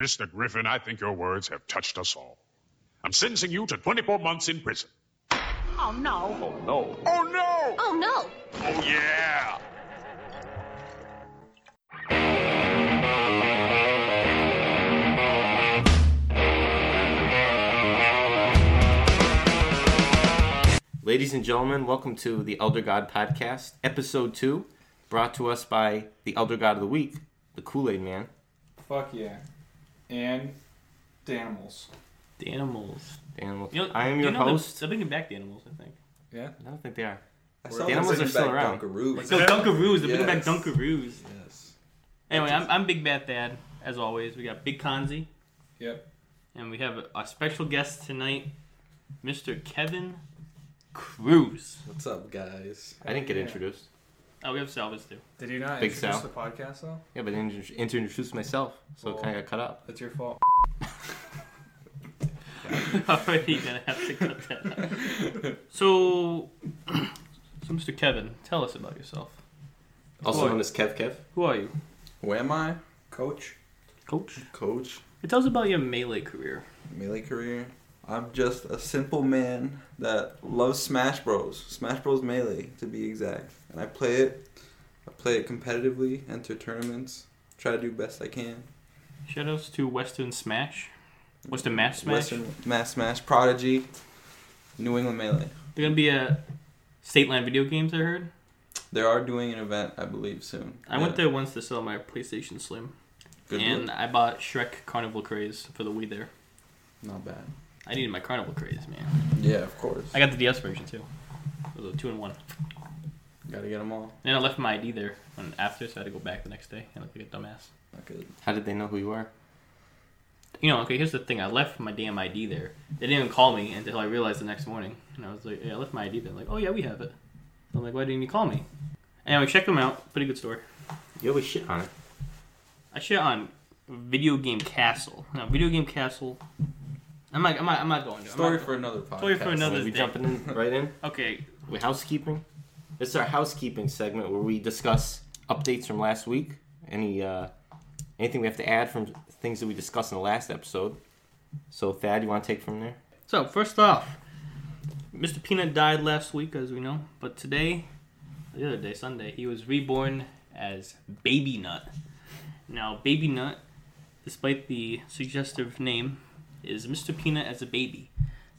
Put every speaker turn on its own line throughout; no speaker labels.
Mr. Griffin, I think your words have touched us all. I'm sentencing you to 24 months in prison.
Oh, no.
Oh no.
Oh, no!
Oh, no.
Oh, yeah!
Ladies and gentlemen, welcome to the Elder God Podcast, Episode 2, brought to us by the Elder God of the Week, the Kool Aid Man.
Fuck yeah. And Danimals.
The animals.
The animal-
You know-
I am
you
your
know they're-
host.
They're bringing back the animals, I think.
Yeah.
I don't think they are.
I saw
animals
them
are
bringing
still
back
around.
Dunkaroos.
No, Dunkaroos. They're bringing back
Yes.
Dunkaroos.
Yes.
Anyway, I'm, I'm Big Bat Dad, as always. We got Big Conzi,
Yep.
and we have a special guest tonight, Mr. Kevin Cruz.
What's up, guys?
I didn't get
Yeah.
introduced.
Oh, we have Salvas too.
Did you not
Big Sal.
introduce the podcast though?
Yeah, but I didn't intro- introduce myself, so it
Oh.
kind of got cut up.
That's your fault.
Already gonna have to cut that. Out. So, so Mr. Kevin, tell us about yourself.
Also
Boy.
known as Kev Kev.
Who are you,
Who am I? Coach?
Coach?
Coach?
Tell us about your melee career.
Melee career? I'm just a simple man that loves Smash Bros. Smash Bros. Melee, to be exact. And I play it. I play it competitively, enter tournaments, try to do best I can.
Shoutouts to Western Smash. Western Mass Smash.
Western Mass Smash, Prodigy, New England Melee.
They're gonna be a state line video games. I heard.
They are doing an event, I believe, soon.
I went there once to sell my PlayStation Slim,
Good
and
look.
I bought Shrek Carnival Craze for the Wii there.
Not bad.
I needed my Carnival Craze, man.
Yeah, of course.
I got the DS version too. It was a two in one.
Gotta get them all.
Then I left my ID there and after, so I had to go back the next day. I looked like a dumbass.
Not good.
How did they know who you are?
You know, okay, here's the thing. I left my damn ID there. They didn't even call me until I realized the next morning. And I was like, yeah, I left my ID there. Like, oh yeah, we have it. I'm like, why didn't you call me? Anyway, check them out. Pretty good store.
You always shit on it.
I shit on Video Game Castle. Now, Video Game Castle. I'm not. I'm not. I'm not going. to- I'm
Story
not
for another podcast.
Story for another-
Are we
day.
jumping in right in?
Okay,
Wait, housekeeping? This is our housekeeping segment where we discuss updates from last week. Any uh, anything we have to add from things that we discussed in the last episode. So Thad, you want to take from there?
so first off, Mr. Peanut died last week, as we know, but today, the other day, Sunday, he was reborn as Baby Nut. Now, Baby Nut, despite the suggestive name, is Mr. Peanut as a baby.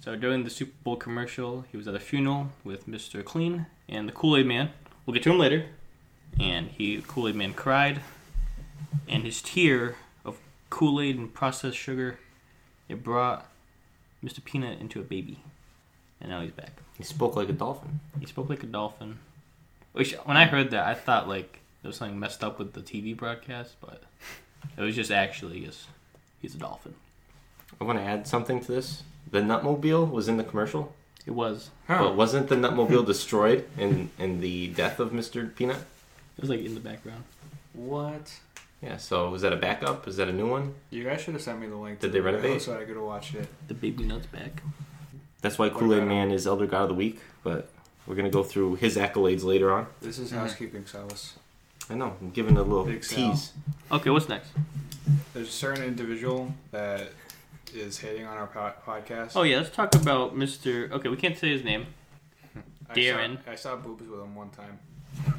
So during the Super Bowl commercial, he was at a funeral with Mr. Clean and the Kool Aid Man. We'll get to him later. And he Kool Aid Man cried, and his tear of Kool Aid and processed sugar, it brought Mr. Peanut into a baby, and now he's back.
He spoke like a dolphin.
He spoke like a dolphin. Which, when I heard that, I thought like there was something messed up with the TV broadcast, but it was just actually just he's a dolphin.
I want to add something to this. The Nutmobile was in the commercial,
It was.
but wasn't the Nutmobile destroyed in in the death of Mr. Peanut?
It was like in the background.
What?
Yeah. So was that a backup? Is that a new one?
You guys should have sent me the link.
Did
to
they
the video
renovate?
So I could have watched it.
The baby nut's back.
That's why
What
Kool Aid
about
Man is Elder God of the Week. But we're gonna go through his accolades later on.
This
Mm-hmm.
is housekeeping service.
I know. I'm giving a little
Big Sal.
tease.
Okay, what's next?
There's a certain individual that is hating on our po- podcast.
Oh yeah, let's talk about Mr. Okay, we can't say his name.
I
Darren.
Saw, I saw boobs with him one time.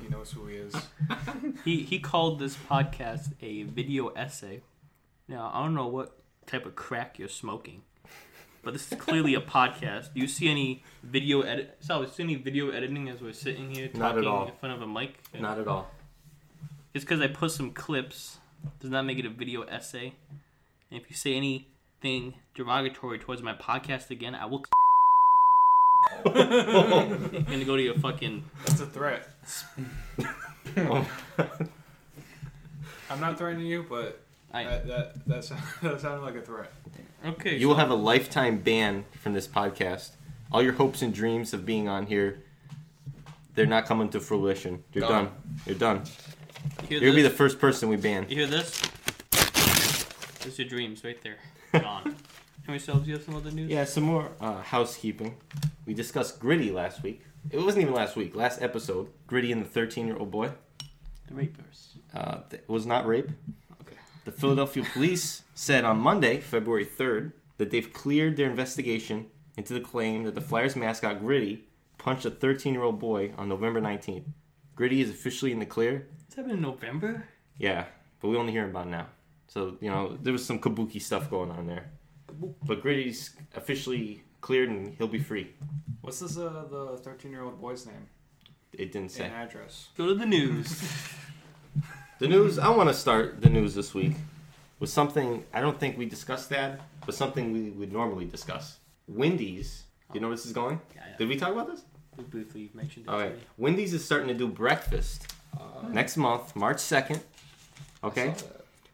He knows who he is.
He he called this podcast a video essay. Now I don't know what type of crack you're smoking, but this is clearly a podcast. Do you see any video edit? Sal, do you see any video editing as we're sitting here talking
Not at all.
in front of a mic?
Not at all.
Just because I put some clips does not make it a video essay. And if you say anything derogatory towards my podcast again, I will. You're gonna go to your fucking.
That's a threat. I'm not threatening you, but
I,
that that that, sound, that sounded like a threat.
okay.
You will have a lifetime ban from this podcast. All your hopes and dreams of being on here, they're not coming to fruition. You're done.
Done.
You're done.
so hear
You're gonna be
this?
the first person we ban.
You hear this? It's your dreams right there. Gone. Can we still do you have some other news?
Yeah, some more uh, housekeeping. We discussed Gritty last week. It wasn't even last week. Last episode, Gritty and the 13-year-old boy
The rape verse.
uh, th- was not rape.
Okay.
The Philadelphia police said on Monday, February 3rd, that they've cleared their investigation into the claim that the Flyers mascot Gritty punched a 13 year old boy on November 19th. Gritty is officially in the clear.
It's happened in November.
Yeah, but we only hear about it now. So, you know, there was some kabuki stuff going on there. But Gritty's officially cleared and he'll be free.
What's this? Uh, the thirteen-year-old boy's name
It didn't say.
and address.
Go to the news.
The news, I want to start the news this week with something I don't think we discussed that, but something we would normally discuss. Wendy's. Do you know where this is going?
Yeah, yeah.
Did we talk about this?
we briefly mentioned it.
All right.
already.
Wendy's is starting to do breakfast
Oh.
uh, next month, March 2nd. Okay.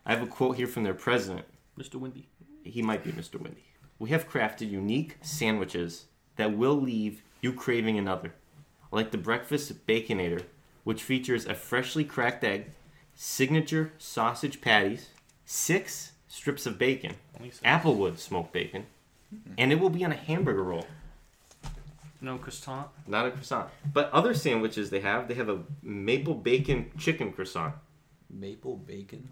I have a quote here from their president.
Mr. Windy.
He might be Mr. Wendy. We have crafted unique sandwiches that will leave you craving another, like the breakfast baconator, which features a freshly cracked egg, signature sausage patties, six strips of bacon,
Only six.
applewood smoked bacon, and it will be on a hamburger roll.
No croissant.
Not a croissant. But other sandwiches they have, they have a maple bacon chicken croissant.
Maple bacon.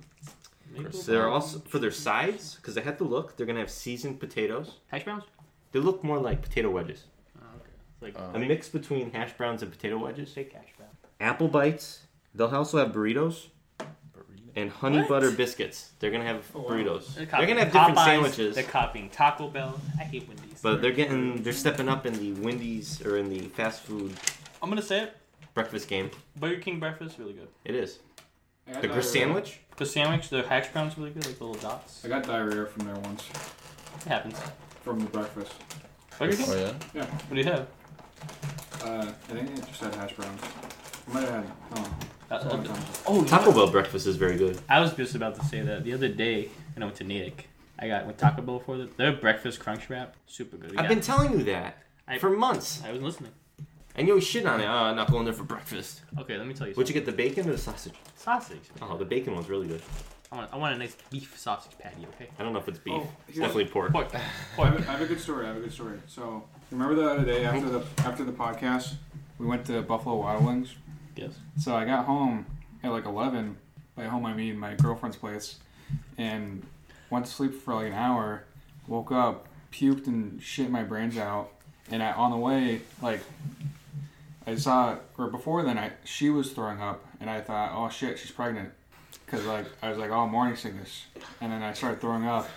Maple
They're
brown-
also for their sides because I had to look. They're gonna have seasoned potatoes.
hash browns.
They look more like potato wedges,
Oh, okay. Like
a mix between hash browns and potato wedges.
fake hash brown.
Apple bites. They'll also have burritos and honey
What?
butter biscuits. They're gonna have burritos.
Oh, They're,
They're,
copying
gonna have different
Popeyes,
sandwiches,
They're copying Taco Bell. I hate Wendy's.
but they're getting they're stepping up in the Wendy's or in the fast food
I'm gonna say it.
breakfast game.
Burger King breakfast really good.
It is
I got
the
diarrhea.
grist sandwich.
The sandwich, the hash browns really good, like the little dots.
I
It
got diarrhea from there once
happens.
from the breakfast.
Burger King.
Oh
What
yeah.
Yeah,
do you have?
uh, I think it just had hash browns. I might have had. Oh,
Uh,
it's a long
uh,
time.
oh, you
Taco
know-
Bell breakfast is very good.
I was just about to say that the other day when I went to Natick, I got went Taco Bell for the, their breakfast crunch wrap. Super good.
I've
Yeah.
been telling you that
I-
for months,
I was listening.
and you always shit on it. Oh, I'm not going there for breakfast.
Okay, let me tell you.
Would
Something.
you get the bacon or the sausage?
Sausage.
Oh, the bacon one's really good.
I want, I want a nice beef sausage patty. Okay.
I don't know if it's beef.
Oh,
it's
yeah.
definitely pork.
Pork.
Oh, I have, a, I have a good story. I have a good story. So remember the other day after the after the podcast, we went to Buffalo Wild Wings.
Yes.
So I got home at like eleven. By home I mean my girlfriend's place, and went to sleep for like an hour. Woke up, puked and shit my brains out. And I, on the way, like I saw, or before then, I she was throwing up, and I thought, oh shit, she's pregnant, because like I was like, oh morning sickness, and then I started throwing up.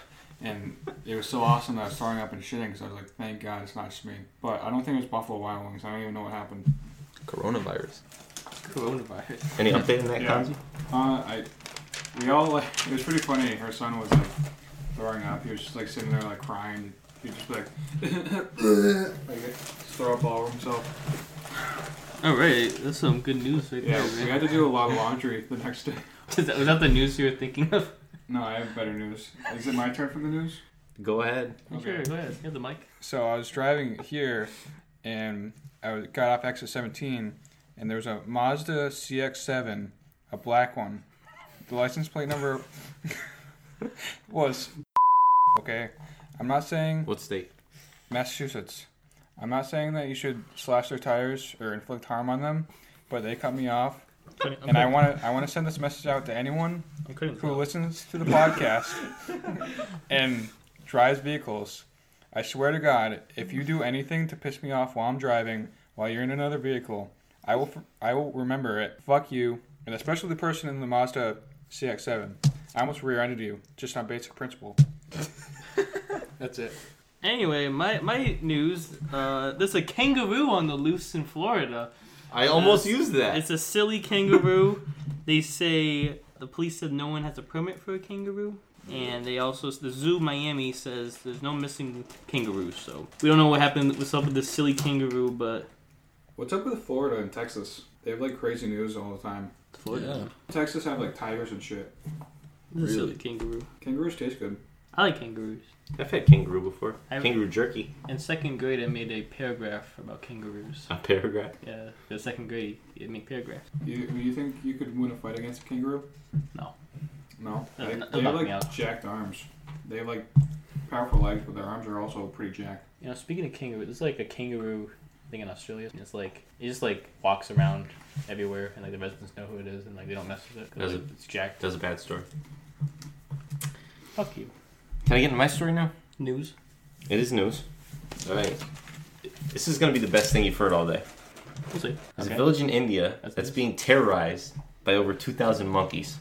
And it was so awesome that I was throwing up and shitting because I was like, thank God it's not just me. But I don't think it was Buffalo Wild Wings. I don't even know what happened.
Coronavirus.
Coronavirus.
Any update on that,
Yeah.
Kanzi?
Uh, I, we all like. It was pretty funny. Her son was like throwing up. He was just like sitting there like crying. He'd just be like, like just throw up all over himself.
All right, that's some good news right
Yeah,
there.
we
Man.
had to do a lot of laundry the next day.
Is that, was that the news you were thinking of?
No, I have better news. Is it my turn for the news?
Go ahead.
Sure. Go ahead. You have the mic.
So I was driving here, and I was- got off exit 17, and there was a Mazda CX-7, a black one. The license plate number was okay. I'm not saying
What state?
Massachusetts. I'm not saying that you should slash their tires or inflict harm on them, but they cut me off, and I want to I want to send this message out to anyone
I'm cutting this
who
out.
listens to the podcast and drives vehicles, I swear to God, if you do anything to piss me off while I'm driving, while you're in another vehicle, I will f- I will remember it. Fuck you, and especially the person in the Mazda CX-7. I almost rear-ended you just on basic principle. That's it.
Anyway, my my news. Uh, there's a kangaroo on the loose in Florida.
I almost
Uh,
used that.
It's a silly kangaroo. they say the police said no one has a permit for a kangaroo, and they also the zoo Miami says there's no missing kangaroos. So we don't know what happened. What's up with this silly kangaroo? But
What's up with Florida and Texas? They have like crazy news all the time.
Florida,
Texas have like tigers and shit.
this is a silly
Really?
kangaroo.
Kangaroos taste good.
I like kangaroos.
I've had kangaroo before.
I've-
Kangaroo jerky.
In second grade, I made a paragraph about kangaroos.
A paragraph.
Yeah, the second grade, you make paragraphs.
You you think you could win a fight against a kangaroo?
No.
No.
No,
They,
no,
they have
knock me
like
out.
jacked arms. They have like powerful legs, but their arms are also pretty jacked.
You know, speaking of kangaroo, there's like a kangaroo thing in Australia. and It's like it just like walks around everywhere, and like the residents know who it is, and like they don't mess with it. 'cause,
Does
like, it's jacked.
That's a bad story.
Fuck you.
Can I get into my story now?
News.
It is news. All right. This is going to be the best thing you've heard all day.
We'll see.
There's
Okay.
a village in India
That's
that's,
news.
being terrorized by over 2,000 monkeys.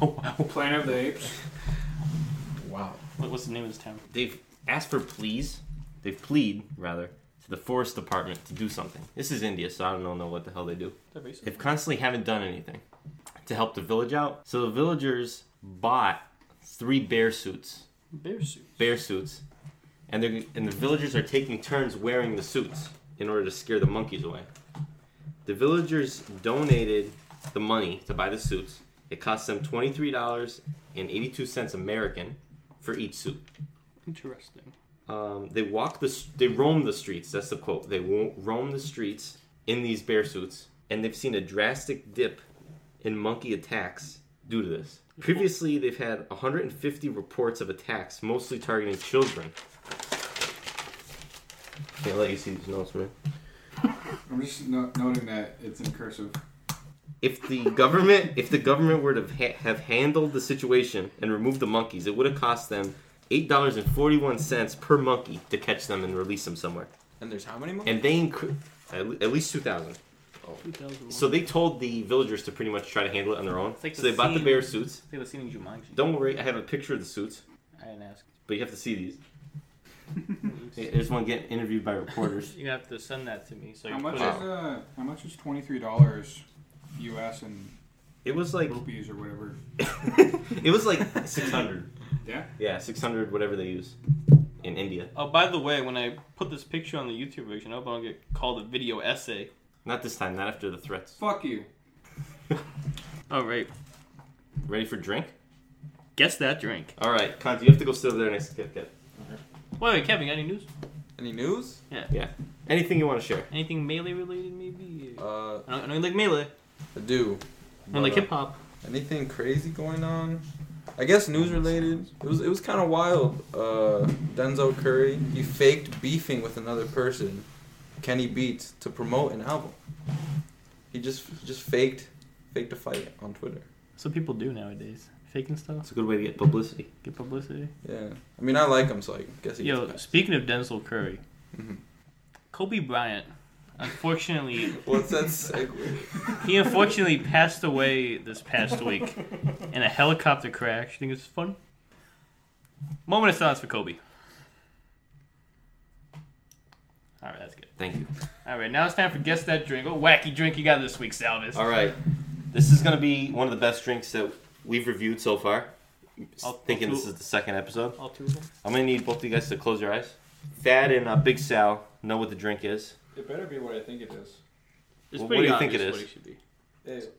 Oh,
Planet of the Apes.
Wow.
What, what's the name of this town?
They've asked for pleas, they've plead, rather, to the forest department to do something. This is India, so I don't know what the hell they do. They've constantly haven't done anything to help the village out. So the villagers bought three bear suits,
Bear suit.
bear suits, and they are and the villagers are taking turns wearing the suits in order to scare the monkeys away. The villagers donated the money to buy the suits. It cost them twenty three dollars and eighty two cents American for each suit.
Interesting.
Um, they walk the s- they roam the streets. That's the quote. They wo- roam the streets in these bear suits, and they've seen a drastic dip in monkey attacks due to this. Previously, they've had 150 reports of attacks, mostly targeting children. Can't let you see these notes, man.
I'm just no- noting that it's in cursive.
If the government, if the government were to ha- have handled the situation and removed the monkeys, it would have cost them eight dollars and forty-one cents per monkey to catch them and release them somewhere.
And there's how many more?
and they incre- at le- at least 2000
2001.
so they told the villagers to pretty much try to handle it on their own
like
so
the
they bought the
scene-
bear suits
I think the scene in Jumanji.
don't worry i have a picture of the suits
I didn't ask.
but you have to see these there's one getting interviewed by reporters
You have to send that to me. So
How
you
much
put
is
it-
uh? How much is twenty three dollars, U.S. and
it was like
rupees or whatever?
it was like 600
Yeah.
yeah 600 whatever they use in india
Oh, by the way, when I put this picture on the YouTube version, I hope I don't get called a video essay.
not this time not after the threats
Fuck you.
All right.
ready for drink
Guess that drink.
all right Kanti, you have to go sit over there next to Kit Kat.
Wait, wait, Kevin, got any news?
Any news?
yeah anything you want to share
Anything melee related, maybe?
Uh,
I don't, I don't like melee.
I do.
I don't like
But, uh,
hip hop.
Anything crazy going on? I guess news related. It was it was kind of wild. Uh, Denzel Curry he faked beefing with another person, Kenny Beats, to promote an album. He just just faked faked a fight on Twitter.
That's what people do nowadays. Faking stuff,
it's a good way to get publicity
get publicity.
Yeah, I mean I like him, so I guess he.
Yo,
gets
speaking of Denzel Curry,
Mm-hmm.
Mhm.
Kobe Bryant, unfortunately,
paid. What's that segue?
he unfortunately passed away this past week in a helicopter crash. You think it's fun? Moment of silence for Kobe. All right, that's good.
thank you
All right, now it's time for guess that drink. What wacky drink you got this week, Salvis?
All right. This is going to be one of the best drinks that we've reviewed so far.
I'll-
thinking
I'll
this
do-
is the second episode.
All two of them.
I'm going to need both of you guys to close your eyes. Thad and uh, Big Sal know what the drink is.
It better be what I think it is.
It's
Well, what
pretty
do you
obvious
think it
what
is?
should be.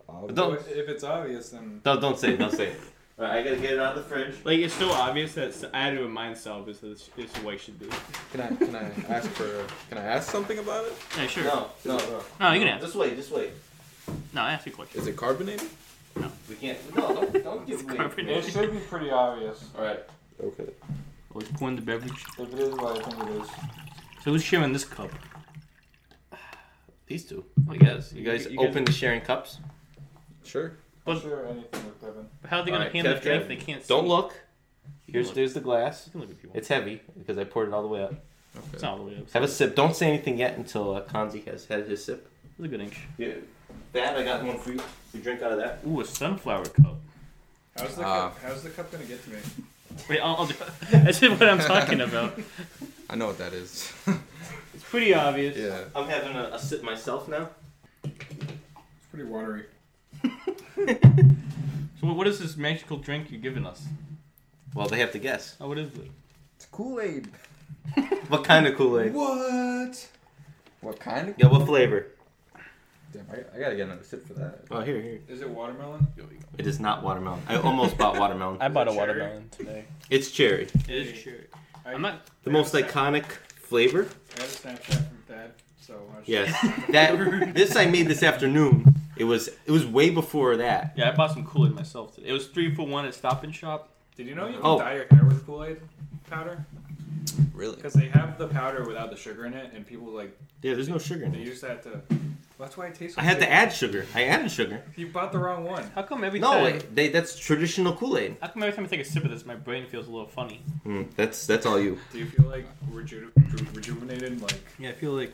uh,
Don't,
If it's obvious, then
don't, don't say it. Don't say it. All right, I got to get it out of the fridge.
Like it's so obvious that s- I had to remind Salvis that this, this is what it should be.
Can I can I ask for can I ask something about it?
Yeah, sure.
No,
No, no.
No, you can ask.
This way, this way.
No, ask your question.
Is it carbonated?
We can't. No, don't, don't give me.
it
Carbonated.
should be pretty obvious.
All right.
Okay.
Always pouring the beverage.
If it is what I think it is.
So who's sharing this cup?
These two. I guess. You
You-
guys
you guys-
open to sharing cups.
Sure.
But-
sure anything with Kevin.
But How are they gonna
Alright,
hand the
Kev,
drink?
Kev,
if They can't.
Don't
see?
look.
You can
Here's,
look.
there's the glass.
You can look if you want.
It's heavy because I poured it all the way up.
It's not all the way up.
Have a sip. Don't say anything yet until uh, Kanzi has had his sip.
It's a good inch.
Yeah. That I got one for you. You drink out of that.
Ooh, a sunflower cup.
How's
the cup-
How's the cup gonna get to me?
Wait, I'll, I'll do. That's what I'm talking about.
I know what that is.
It's pretty obvious.
yeah.
I'm having a, a sip myself now.
It's pretty watery.
So what is this magical drink you're giving us?
Well, they have to guess.
Oh, what is it?
It's Kool Aid.
What kind of Kool Aid?
What? What kind of?
Yeah, what flavor?
Damn, I, I gotta get another sip for that.
Oh, here, here.
Is it watermelon?
It is not watermelon. I almost bought watermelon.
I bought a
cherry?
watermelon today.
It's cherry.
It is cherry.
I,
I'm not.
The most iconic flavor.
I had a Snapchat from Dad, so I was
Yes. That this I made this afternoon. It was it was way before that.
Yeah, I bought some Kool Aid myself today. It was three for one at Stop and Shop.
Did you know you can
Oh.
dye your hair with Kool Aid powder?
Really?
Because they have the powder without the sugar in it, and people like
Yeah, there's no sugar in
they
it.
use that to
That's why it tastes.
I
Like
had to
sugar.
add sugar. I added sugar.
You bought the wrong one.
How come every
No,
time?
wait, they, that's traditional Kool Aid.
How come every time I take a sip of this, my brain feels a little funny?
Mm, that's that's all you.
Do you feel like reju- reju- rejuvenated? Like
Yeah, I feel like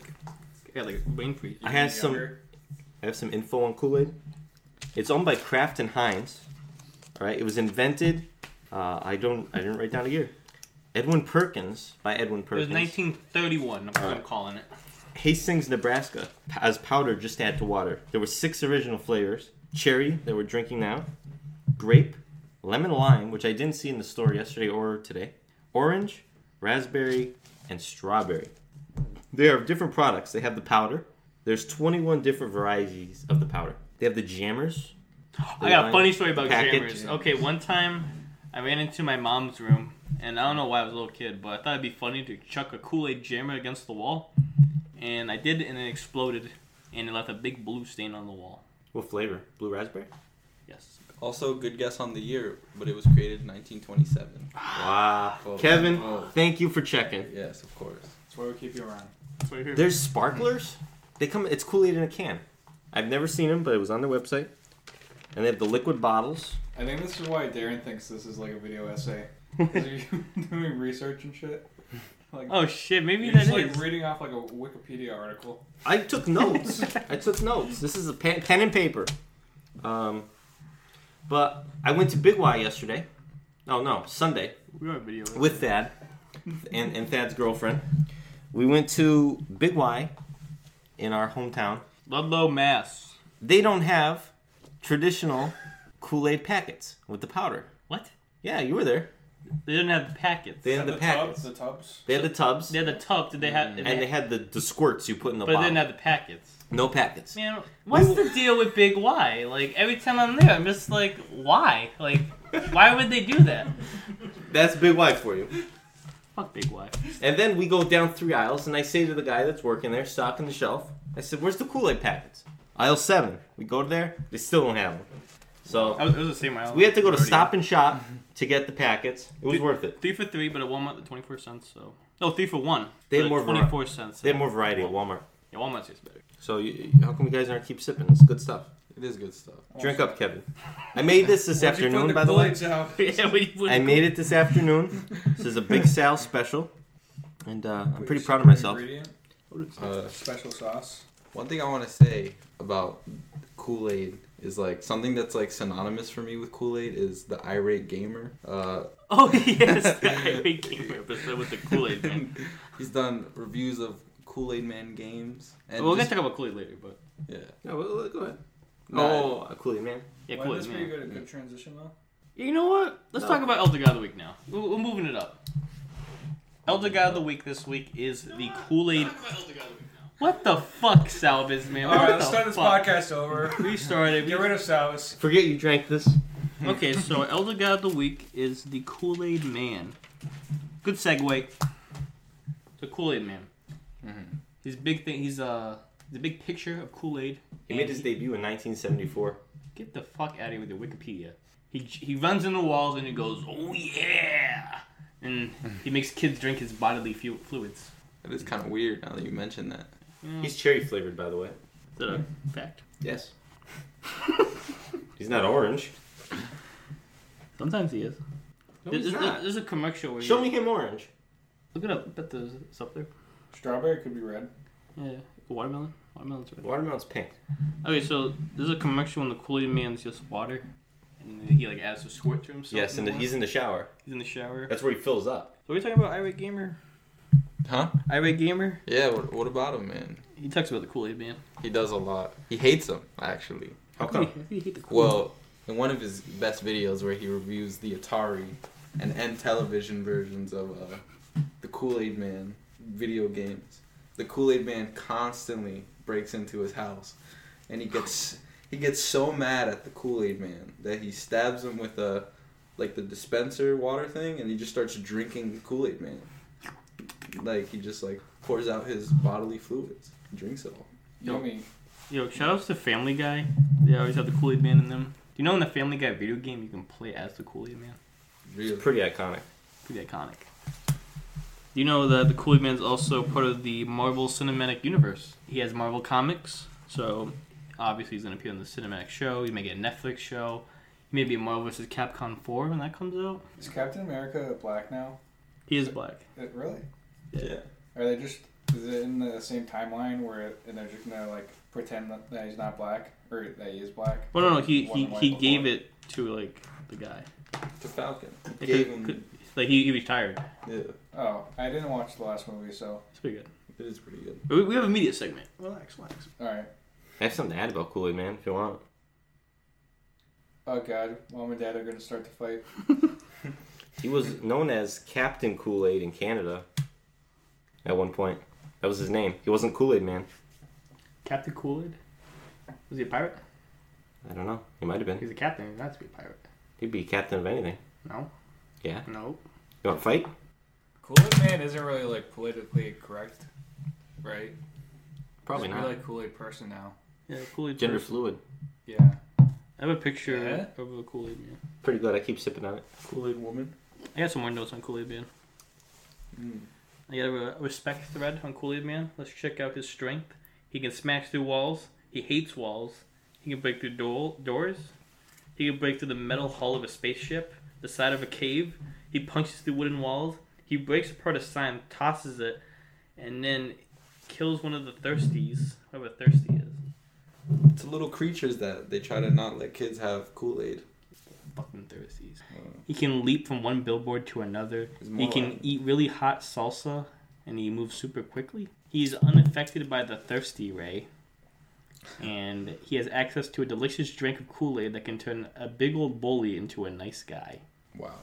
I got like a brain freeze.
you're
I had
getting
some-
younger?
I have some info on Kool Aid. It's owned by Kraft and Heinz. All right, it was invented. Uh, I don't. I didn't write down a year. Edwin Perkins by Edwin
It was
Perkins.
1931. I'm, I'm
Alright.
calling it.
Hastings, Nebraska, p- as powder just to add to water. There were six original flavors: cherry that we're drinking now, grape, lemon lime, which I didn't see in the store yesterday or today, orange, raspberry, and strawberry. They are different products. They have the powder. There's 21 different varieties of the powder. They have the jammers.
I got a funny story about
Packet.
jammers. Okay, one time I ran into my mom's room, and I don't know why I was a little kid, but I thought it'd be funny to chuck a Kool Aid jammer against the wall, and I did, and it exploded, and it left a big blue stain on the wall.
What flavor? Blue raspberry.
Yes.
Also, good guess on the year, but it was created in 1927.
Ah.
Wow.
Close.
Kevin,
Oh.
Close.
thank you for checking.
Yes, of course.
That's why we keep you around.
That's right here.
There's sparklers. They come. It's Kool Aid in a can. I've never seen them, but it was on their website. And they have the liquid bottles.
I think this is why Darren thinks this is like a video essay. 'Cause you doing research and shit. Like,
Oh shit, maybe
you're
that
just
is.
like reading off like a Wikipedia article.
I took notes. I took notes. This is a pen, pen and paper. Um, but I went to Big Y yesterday. Oh no, Sunday.
we are video.
with Thad and, and Thad's girlfriend. We went to Big Y in our hometown.
Ludlow, Mass.
They don't have traditional Kool Aid packets with the powder.
What?
Yeah, you were there.
They didn't have the packets.
They had the, packets.
tubs, the tubs.
They had the tubs,
They had the tub. Did they have?
and they had the, the squirts you put in the
but they
bottle.
didn't have the packets.
no packets.
Man, what's
We-
the deal with Big Y? Like every time I'm there, I'm just like, why? Like, why would they do that?
That's Big Y for you.
Fuck Big Y.
And then we go down three aisles, and I say to the guy that's working there, stocking the shelf, I said, "Where's the Kool Aid packets?" Aisle seven. We go there. They still don't have them. So
I was, it was the same aisle.
We had to go to
Already.
Stop and Shop to get the packets. It was worth it.
Three for three, but at Walmart, the twenty-four cents. So no, three for one.
They had
but
more variety.
twenty-four cents.
They have more variety at Walmart.
Yeah, Walmart's tastes better.
So you, you- how come you guys aren't keep sipping? It's good stuff.
It is good stuff.
Drink up, Kevin. I made this this
Where'd you put
afternoon, by the way.
Kool-Aids out?
yeah, we, we,
I made it this afternoon. This is a Big Sal special, and uh, I'm
Wait,
pretty
a
proud
secret
of myself.
ingredient?
Uh,
Special sauce.
One thing I want to say about Kool Aid is like something that's like synonymous for me with Kool Aid is the irate gamer. Uh,
Oh yes, the Irate Gamer episode with the Kool Aid man.
he's done reviews of Kool Aid Man games. And
we'll
just-
get to talk about Kool Aid later, but
yeah.
No, well, well, go ahead.
No,
oh, Kool Aid man.
yeah,
Well,
Kool
that's
Aid
pretty
man.
good. A good transition though.
You know what? Let's
No.
talk about Elder God of the Week now. We're, we're moving it up. Elder God of the Week this week is the Kool Aid. What the fuck, Salvis man?
All right,
What
let's
the
start this
fuck?
podcast over.
We started.
Get rid of Salus.
Forget you drank this.
Okay, so Elder God of the Week is the Kool Aid Man. Good segue. The Kool Aid Man. His big thing. Mm-hmm. He's uh the big picture of Kool Aid.
He made his debut in 1974.
Get the fuck out of here with your Wikipedia. He he runs in the walls and he goes, oh yeah, and he makes kids drink his bodily fu- fluids.
It is kind of weird now that you mention that.
He's cherry flavored, by the way.
Is that a fact?
Mm. Yes. He's not orange.
Sometimes he is.
No,
there's,
he's
there's-
not.
there's a commercial where
Show
you,
me him orange.
Look it up. I bet there's it's up there.
Strawberry could be red.
Yeah, watermelon. Watermelon's right.
Watermelon's pink.
Okay, so there's a commercial when the Kool Aid Man's just water, and he like adds a squirt to himself.
Yes,
in
and
the
he's
morning.
in the shower.
he's in the shower. So
That's where he fills up.
are we talking about irate gamer?
Huh?
Irate gamer.
Yeah. What, what about him, man?
He talks about the Kool Aid Man.
He does a lot. He hates him actually.
How come?
He, he hate the Kool-Aid.
Well, in one of his best videos where he reviews the Atari and N television versions of uh, the Kool Aid Man video games, the Kool Aid Man constantly breaks into his house, and he gets he gets so mad at the Kool Aid Man that he stabs him with a like the dispenser water thing, and he just starts drinking the Kool Aid Man. Like he just like pours out his bodily fluids, drinks it all.
Yummy.
Yo, shout outs to Family Guy. They always have the Kool Aid Man in them. Do you know in the Family Guy video game you can play as the Kool Aid Man?
Really.
Pretty iconic.
Pretty iconic. Do you know that the Kool Aid Man's also part of the Marvel Cinematic Universe? He has Marvel Comics, So obviously he's gonna appear in the cinematic show. He may get a Netflix show. He may be in Marvel vs. Capcom 4 when that comes out.
Is Captain America black now?
He is black.
It, really?
Yeah.
Are they just? Is it in the same timeline where it, and they're just gonna like pretend that, that he's not black or that he is black?
Well, Oh, no, no, he he,
One
he
white
gave
before.
it to like the guy.
To Falcon.
It
Gave
could-
him.
could- like he, he retired.
Yeah.
Oh, I didn't watch the last movie, so
It's pretty good.
It is pretty good.
We, we have a media segment. Relax, relax.
all right.
I have something to add about Kool Aid Man if you want.
Oh God, mom and dad are gonna start to fight.
He was known as Captain Kool Aid in Canada at one point. That was his name. He wasn't Kool Aid Man.
Captain Kool-Aid? Was he a pirate?
I don't know. He might have been.
He's a captain. He's not to be a pirate.
He'd be captain of anything.
No?
Yeah.
No.
You want to fight?
Kool Aid Man isn't really like politically correct, right?
Probably
Just
not.
Be like Kool Aid person now.
Yeah, Kool-Aid.
Gender
person.
fluid.
Yeah.
I have a picture
Yeah?
of a Kool-Aid man.
Pretty good. I keep sipping on it.
Kool-Aid woman.
I got some more notes on Kool-Aid man.
Mm.
I got a respect thread on Kool-Aid man. Let's check out his strength. He can smash through walls. He hates walls. He can break through door- doors. He can break through the metal hull of a spaceship, the side of a cave. He punches through wooden walls. He breaks apart a sign, tosses it, and then kills one of the thirsties, whoever thirsty is.
It's the little creatures that they try to not let kids have Kool-Aid.
fucking thirsties. He can leap from one billboard to another.
He's
He
more
can
like-
eat really hot salsa, and he moves super quickly. He's unaffected by the thirsty ray, and he has access to a delicious drink of Kool Aid that can turn a big old bully into a nice guy.
Wow.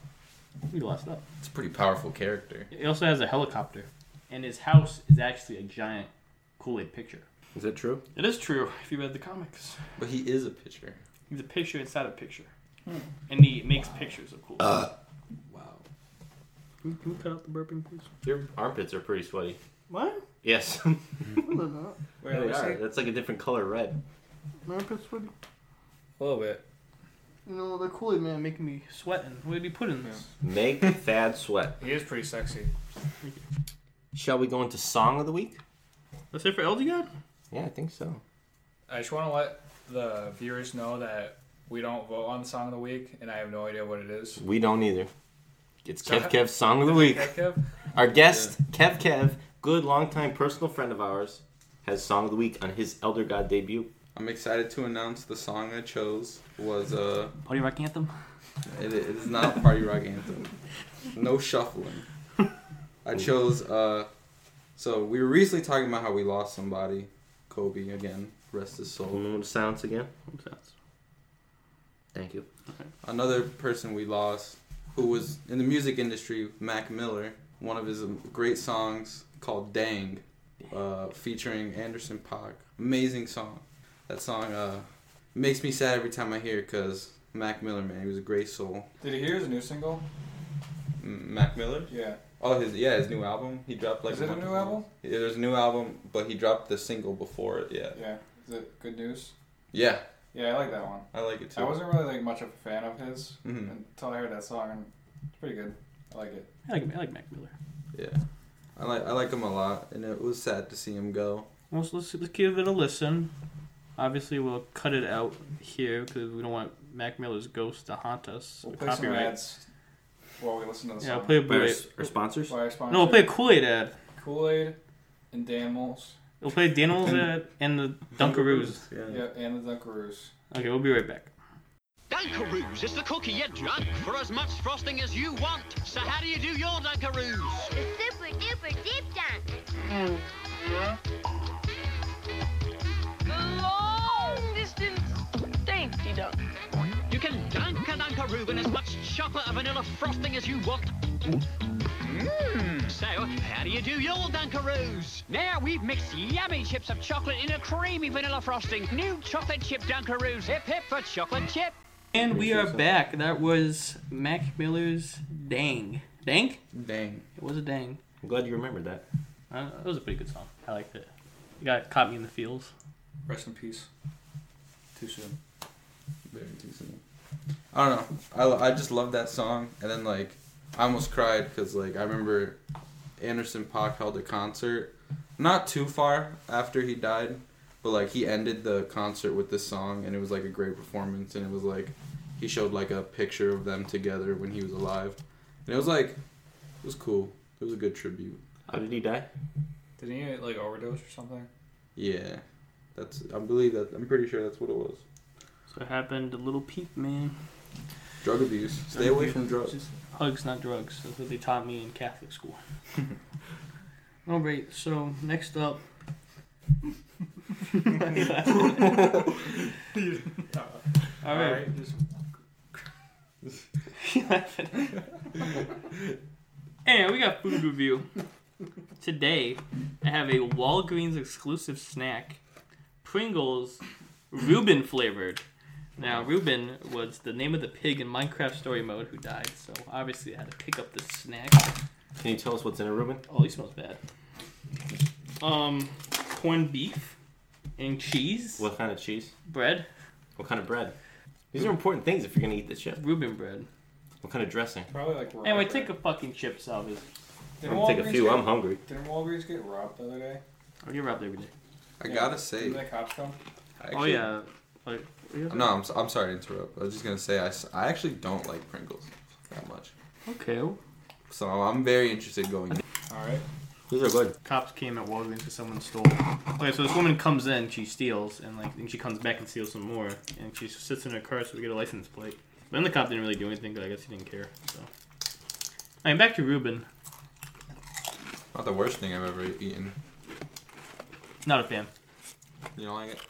We lost up.
It's a pretty powerful character.
He also has a helicopter, and his house is actually a giant Kool Aid picture.
Is that true?
It is true if you read the comics.
But he is a pitcher.
He's a picture inside a picture, and he makes pictures of Kool Aid.
Wow.
can, can we cut out the burping, please?
Your armpits are pretty sweaty.
What?
Yes.
Wait,
There they
let's
are.
see.
That's like a different color red.
My armpits would.
A little bit.
You know, the Kool Aid Man making me sweating. What did he put in this?
Make Thad sweat.
He is pretty sexy.
Shall we go into song of the week?
That's it for LG God?
Yeah, I think so.
I just want to let the viewers know that we don't vote on the song of the week, and I have no idea what it is.
We don't either. It's
So-
Kev Kev's song of the week.
Kev, Kev?
Our guest, Kev Kev, good longtime personal friend of ours, has song of the week on his Elder God debut.
I'm excited to announce the song I chose was uh
Party Rock Anthem?
it, it is not a party rock anthem. No shuffling. I chose uh so we were recently talking about how we lost somebody, Kobe again, rest his soul.
Moment of silence again.
What's that?
Thank you.
Another person we lost who was in the music industry, Mac Miller, one of his um, great songs called Dang, uh, featuring Anderson Paak. Amazing song. That song uh, makes me sad every time I hear it because Mac Miller, man, he was a great soul.
Did you hear his new single?
Mm, Mac Miller?
Yeah.
Oh, his yeah, his new album. He dropped like
Is it a
bunch
new
of-
album?
Yeah, there's a new album, but he dropped the single before it. Yeah,
Yeah. Is it good news?
yeah,
Yeah, I like that one.
I like it too.
I wasn't really like much of a fan of his
Mhm.
until I heard that song. And it's pretty good. I like it.
I like, I like Mac Miller.
Yeah, I like I like him a lot, and it was sad to see him go.
Well, so let's, let's give it a listen. Obviously, we'll cut it out here because we don't want Mac Miller's ghost to haunt us.
We'll
with
play some ads while we listen to the
Yeah, I'll
song.
play a
By our,
Kool-Aid.
our sponsors?
By our sponsor,
No, we'll play a Kool Aid ad.
Kool Aid and Danimals.
We'll play Daniel's ad and the Dunkaroos.
Yeah.
Yep, and the Dunkaroos.
Okay, we'll be right back.
Dunkaroos, it's the cookie you drunk for as much frosting as you want. So how do you do your Dunkaroos?
The super duper deep dunk.
Mm.
The long distance dainty dunk.
You can dunk a Dunkaroo in as much chocolate or vanilla frosting as you want. So, how do you do your Dunkaroos? Now we've mixed yummy chips of chocolate in a creamy vanilla frosting. New chocolate chip Dunkaroos. Hip hip for chocolate chip.
And we are back. That was Mac Miller's Dang. Dang?
Dang.
It was a dang.
I'm glad you remembered that.
Uh, it was a pretty good song. I liked it. You got caught me in the feels.
Rest in peace. Too soon.
Very decent. I don't know. I, I just love that song, and then like I almost cried because like I remember Anderson Paak held a concert not too far after he died, But like he ended the concert with this song, and it was like a great performance, and it was like he showed like a picture of them together when he was alive, and it was like it was cool. It was a good tribute.
How did he die?
Did he like overdose or something?
Yeah, that's I believe that I'm pretty sure that's what it was.
So it happened to Little Peep, man.
Drug abuse. Stay away from drugs.
Just hugs, not drugs. That's what they taught me in Catholic school. All right, so next up. All right. He laughed at it. and we got food review. Today, I have a Walgreens exclusive snack Pringles Reuben flavored. Now, Reuben was the name of the pig in Minecraft story mode who died, so obviously I had to pick up this snack.
Can you tell us what's in it, Ruben?
Oh, he smells bad. Um, corned beef and cheese,
What kind of cheese?
bread,
What kind of bread? These are important things if you're gonna eat this shit.
Reuben bread.
What kind of dressing?
Probably like. raw
Anyway,
bread.
take a fucking chip, Salvis.
I'm
Didn't
gonna take a
Walgreens
few.
Get,
I'm hungry.
Didn't Walgreens get robbed the other day?
I get robbed every day.
I
Yeah.
gotta say,
Didn't the cops come?
oh
actually-
yeah, like yeah.
No, I'm, s- I'm sorry to interrupt. I was just gonna say I, s- I actually don't like Pringles that much,
okay.
so I'm very interested going.
All right.
These are good.
Cops came at Walgreens because someone stole. Okay, so this woman comes in, she steals, and like, and she comes back and steals some more, and she sits in her car so we get a license plate. Then the cop didn't really do anything, but I guess he didn't care. So, I back to Reuben.
Not the worst thing I've ever eaten.
Not a fan.
You don't like it?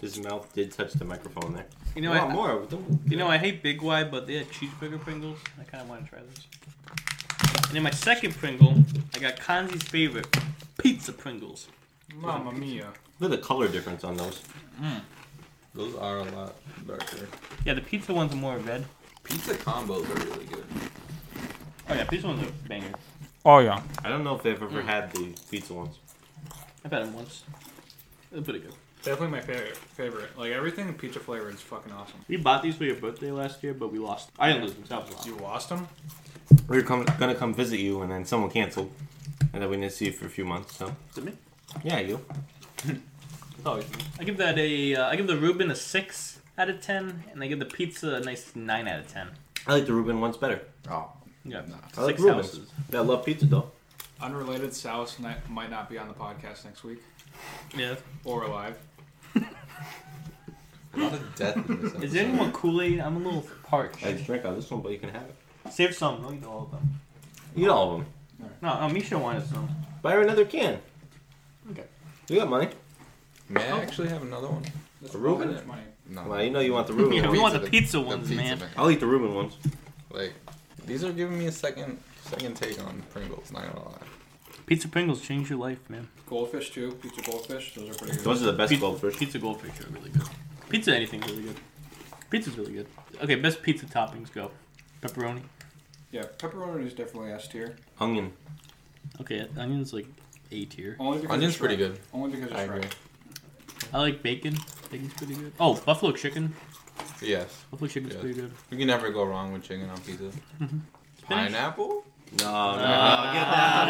His mouth did touch the microphone there.
You know,
want
I,
more? Don't-
you know, I hate Big Y, but they had cheeseburger Pringles. I kind of want to try those. And then my second Pringle, I got Kanzi's favorite, pizza Pringles.
Mamma mia.
Look at the color difference on those.
Those are a lot darker.
Yeah, the pizza ones are more red.
Pizza combos are really good.
Oh yeah, pizza ones are banger.
Oh yeah.
I don't know if they've
Mm.
ever had the pizza ones.
I've had them once. They're pretty good.
Definitely my favorite. Favorite. Like everything pizza flavored is fucking awesome.
We bought these for your birthday last year, but we lost. I didn't lose them. That was lost.
You lost them?
We were com- gonna come visit you, and then someone canceled, and then we didn't see you for a few months. So
To me?
yeah, you.
I give that a. Uh, I give the Reuben a six out of ten, and I give the pizza a nice nine out of ten.
I like the Reuben ones better.
Oh,
Yeah,
I like Reubens. Yeah, I love pizza though.
Unrelated Souse ni- might not be on the podcast next week
Yeah.
or live.
a lot of death in this
Is there any
episode.
more Kool Aid? I'm a little parched.
I drink out of this one, but you can have it.
Save some. Don't eat all of them.
Eat all of them.
No, no Misha wanted some.
Buy her another can.
Okay.
You got money?
May I actually have another one?
That's
A Reuben?
all that money.
No.
Well, you know you want the Reuben.
Yeah, we
ones.
want the pizza ones, man.
I'll eat the Reuben ones.
Like, these are giving me a second second take on Pringles. Not gonna lie.
Pizza Pringles change your life, man.
Goldfish too. Pizza goldfish. Those are pretty good.
Those are the best goldfish.
Pizza goldfish are really good. Pizza anything's really good. Pizza's really good. Okay, best pizza toppings go. Pepperoni.
Yeah, pepperoni is definitely S tier.
Onion.
Okay, onion's like A tier.
Only because
Onion's
it's
pretty
Shrek.
good.
Only because it's
I
Shrek.
agree.
I like bacon. Bacon's pretty good. Oh, buffalo chicken.
Yes,
Buffalo chicken's
Yeah.
pretty good.
you can never go wrong with chicken on pizza.
Mm-hmm.
Pineapple?
No, no, no. Get that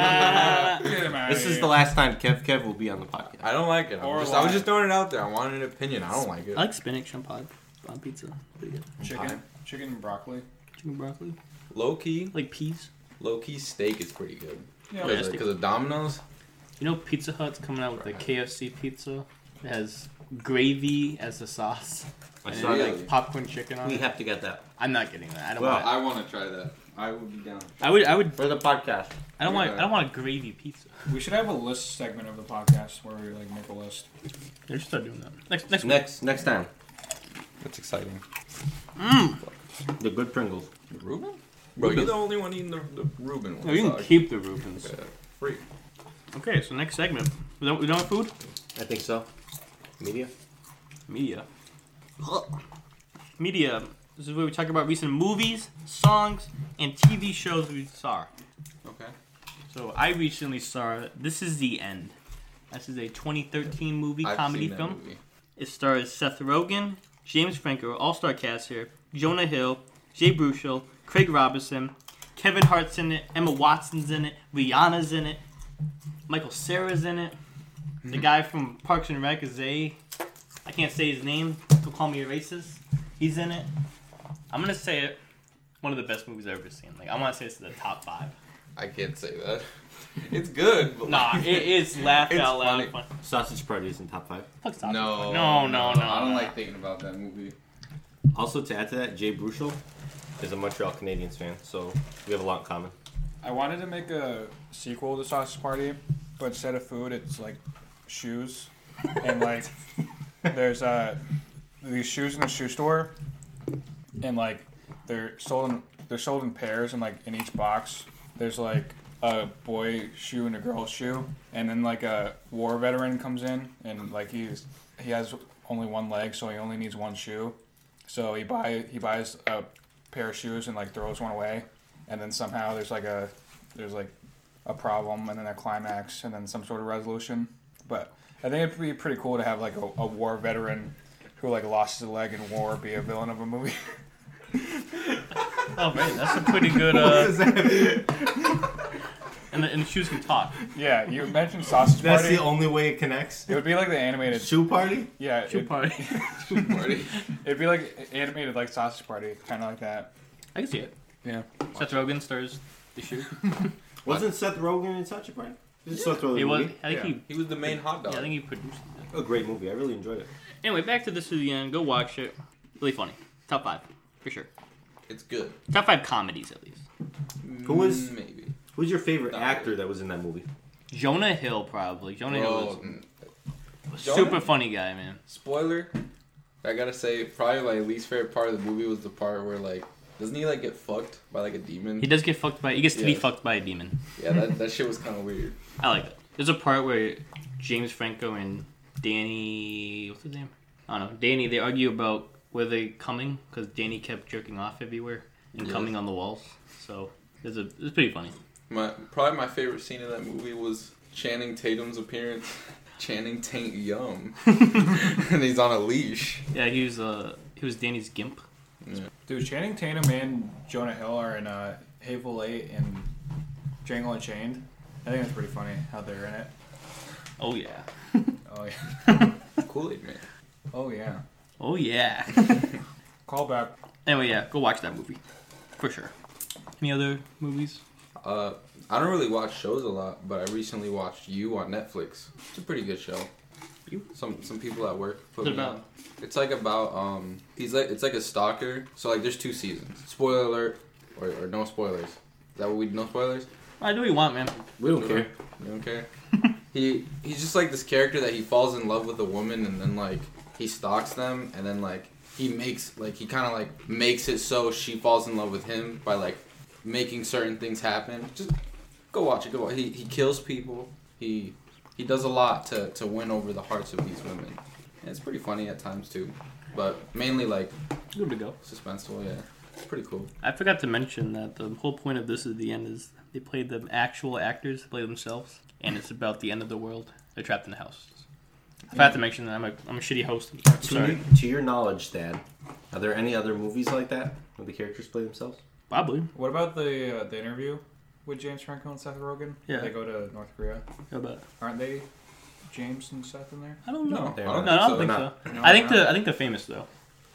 out of here.
Get 'em outta
This is
here.
the last time Kev Kev will be on the podcast.
I don't like it. I'm
Or
just, I was
lime.
just throwing it out there. I wanted an opinion. I don't like it.
I like spinach on pod on pizza. Pretty good.
Chicken,
Pie.
chicken and broccoli.
Chicken broccoli.
Low key,
I like peas.
low key steak is pretty good.
Yeah.
Because of, 'cause of Domino's,
You know Pizza Hut's coming out with a KFC pizza. It has gravy as the sauce.
I
And
saw
then,
really-
that.
like popcorn chicken on
We
it.
have to get that.
I'm not getting that. I don't
Well,
want it.
I want to try that. I would be down.
I would I would
For the podcast.
I don't want
Yeah.
I don't want a gravy pizza.
We should have a list segment of the podcast where we like make a list.
They should start doing that. Next next week.
Next next time.
That's exciting.
The good Pringles.
Reuben? Bro,
Reuben.
you're the only one eating the, the Reuben one.
No, you can
Sorry.
keep the Rubens.
Yeah, free.
Okay, so next segment. We don't we don't have food?
I think so. Media.
Media. Media. This is where we talk about recent movies, songs, and TV shows we saw.
Okay.
So I recently saw This Is the End. This is a 2013 movie
I've
comedy
seen that
film.
movie.
It stars Seth Rogen, James Franco, all-star cast here, Jonah Hill, Jay Bruchel, Craig Robinson, Kevin Hart's in it, Emma Watson's in it, Rihanna's in it, Michael Sarah's in it. The
Mm-hmm.
guy from Parks and Rec is a. I can't say his name. Don't call me a racist. He's in it. I'm gonna say it. One of the best movies I've ever seen. Like I want to say it's the top five.
I can't say that. It's good. But
Nah,
like-
it is laugh
It's
out loud.
funny.
fun.
Sausage Party is in top five.
Fuck South
No,
Park. no, no, no.
I don't
no.
like thinking about that movie.
Also, to add to that, Jay Bruchel is a Montreal Canadiens fan, so we have a lot in common.
I wanted to make a sequel to Sausage Party, but instead of food, it's like shoes. And like, there's uh, these shoes in the shoe store, and like, they're sold in they're sold in pairs, and like in each box, there's like a boy shoe and a girl shoe, and then like a war veteran comes in, and like he's he has only one leg, so he only needs one shoe, so he buy he buys a pair of shoes and like throws one away, and then somehow there's like a there's like a problem and then a climax and then some sort of resolution. But I think it'd be pretty cool to have like a, a war veteran who like lost his leg in war be a villain of a movie.
Oh man, that's a pretty good. Uh... and, the, and the shoes can talk.
yeah, you mentioned sausage
That's
party.
the only way it connects.
it would be like the animated.
Shoe party?
Yeah,
Shoe
it,
party.
Marty.
it'd be like animated like sausage party, kind of like that.
I can see it.
Yeah.
Seth Rogen stirs the shoe.
Wasn't Seth Rogen in Sausage Party? This is Seth Rogen.
He was.
movie.
I think
Yeah.
he.
He was the main hot dog.
Yeah, I think he produced it.
a great movie. I really enjoyed it.
Anyway, back to this to the end. Go watch it. Really funny. Top five for sure.
it's good.
Top five comedies at least.
Who was-
maybe?
Who's your favorite
Not
actor
really.
that was in that movie?
Jonah Hill probably. Jonah
Bro,
Hill
mm,
was
Jonah?
super funny guy, man.
spoiler. I gotta say, probably my least favorite part of the movie was the part where like, doesn't he like get fucked by like a demon?
He does get fucked by. He gets to be
Yeah.
fucked by a demon.
Yeah, that, that shit was kind of weird.
I like that. There's a part where James Franco and Danny, what's his name? I don't know. Danny, they argue about were they coming because Danny kept jerking off everywhere and
Yes.
coming on the walls. So it's a it's pretty funny.
My probably my favorite scene in that movie was Channing Tatum's appearance. Channing Taint Yum, and he's on a leash.
Yeah, he was uh he was Danny's gimp.
Dude, Channing Tatum and Jonah Hill are in uh, Hateful Eight and Django Unchained. I think that's pretty funny how they're in it.
Oh yeah.
Oh yeah.
Kool Aid Man.
Oh yeah.
Oh yeah.
Call back.
anyway, yeah, go watch that movie for sure. Any other movies?
Uh, I don't really watch shows a lot, but I recently watched You on Netflix. It's a pretty good show.
You?
Some some people at work put
What's it
me on.
about?
It's like about um he's like it's like a stalker. So like there's two seasons. Spoiler alert or, or no spoilers. Is that what we no spoilers?
I do what you want, man.
We don't care.
You don't care. he he's just like this character that he falls in love with a woman and then like he stalks them and then like he makes like he kind of like makes it so she falls in love with him by like making certain things happen. Just go watch it. Go. Watch. He he kills people. He he does a lot to to win over the hearts of these women. And it's pretty funny at times too, but mainly like
Good to go.
suspenseful. Yeah, it's pretty cool.
I forgot to mention that the whole point of this is the end is they play the actual actors play themselves, and it's about the end of the world. They're trapped in a house. I forgot to mention that I'm a, I'm a shitty host. I'm
To,
sorry.
you- to your knowledge, Thad, are there any other movies like that where the characters play themselves?
Probably.
What about the uh, the interview with James Franco and Seth Rogen?
Yeah.
they go to North Korea.
How about?
Aren't they James and Seth in there?
I don't know.
No,
They're
I don't
not.
No, I don't
think
think
so.
so.
No,
I think
they're
the I think they're famous though.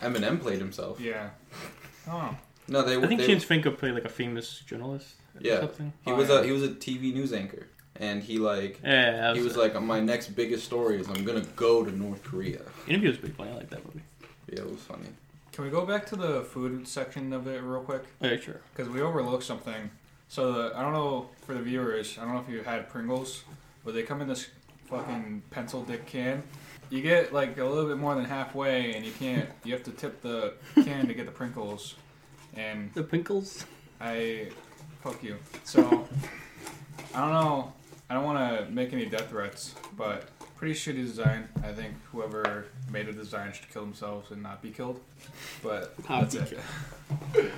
Eminem played himself.
Yeah. Oh,
No, they.
I think
they,
James Franco played like a famous journalist. Or
Yeah.
Something.
He
Oh,
was
yeah.
a he was a TV news anchor, and he like
Yeah. yeah, that
he was
it.
like my next biggest story is I'm gonna go to North Korea.
interview was pretty funny. I like that movie.
Yeah, it was funny.
can we go back to the food section of it real quick?
Oh, yeah, sure.
Because we overlooked something. So the, I don't know for the viewers. I don't know if you had Pringles, but they come in this fucking pencil dick can. You get like a little bit more than halfway, and you can't. You have to tip the can to get the Pringles, and
The Pinkles.
I fuck you. So I don't know. I don't want to make any death threats, but pretty shitty design. I think whoever made the design should kill themselves and not be killed. But
Not
that's
be
it.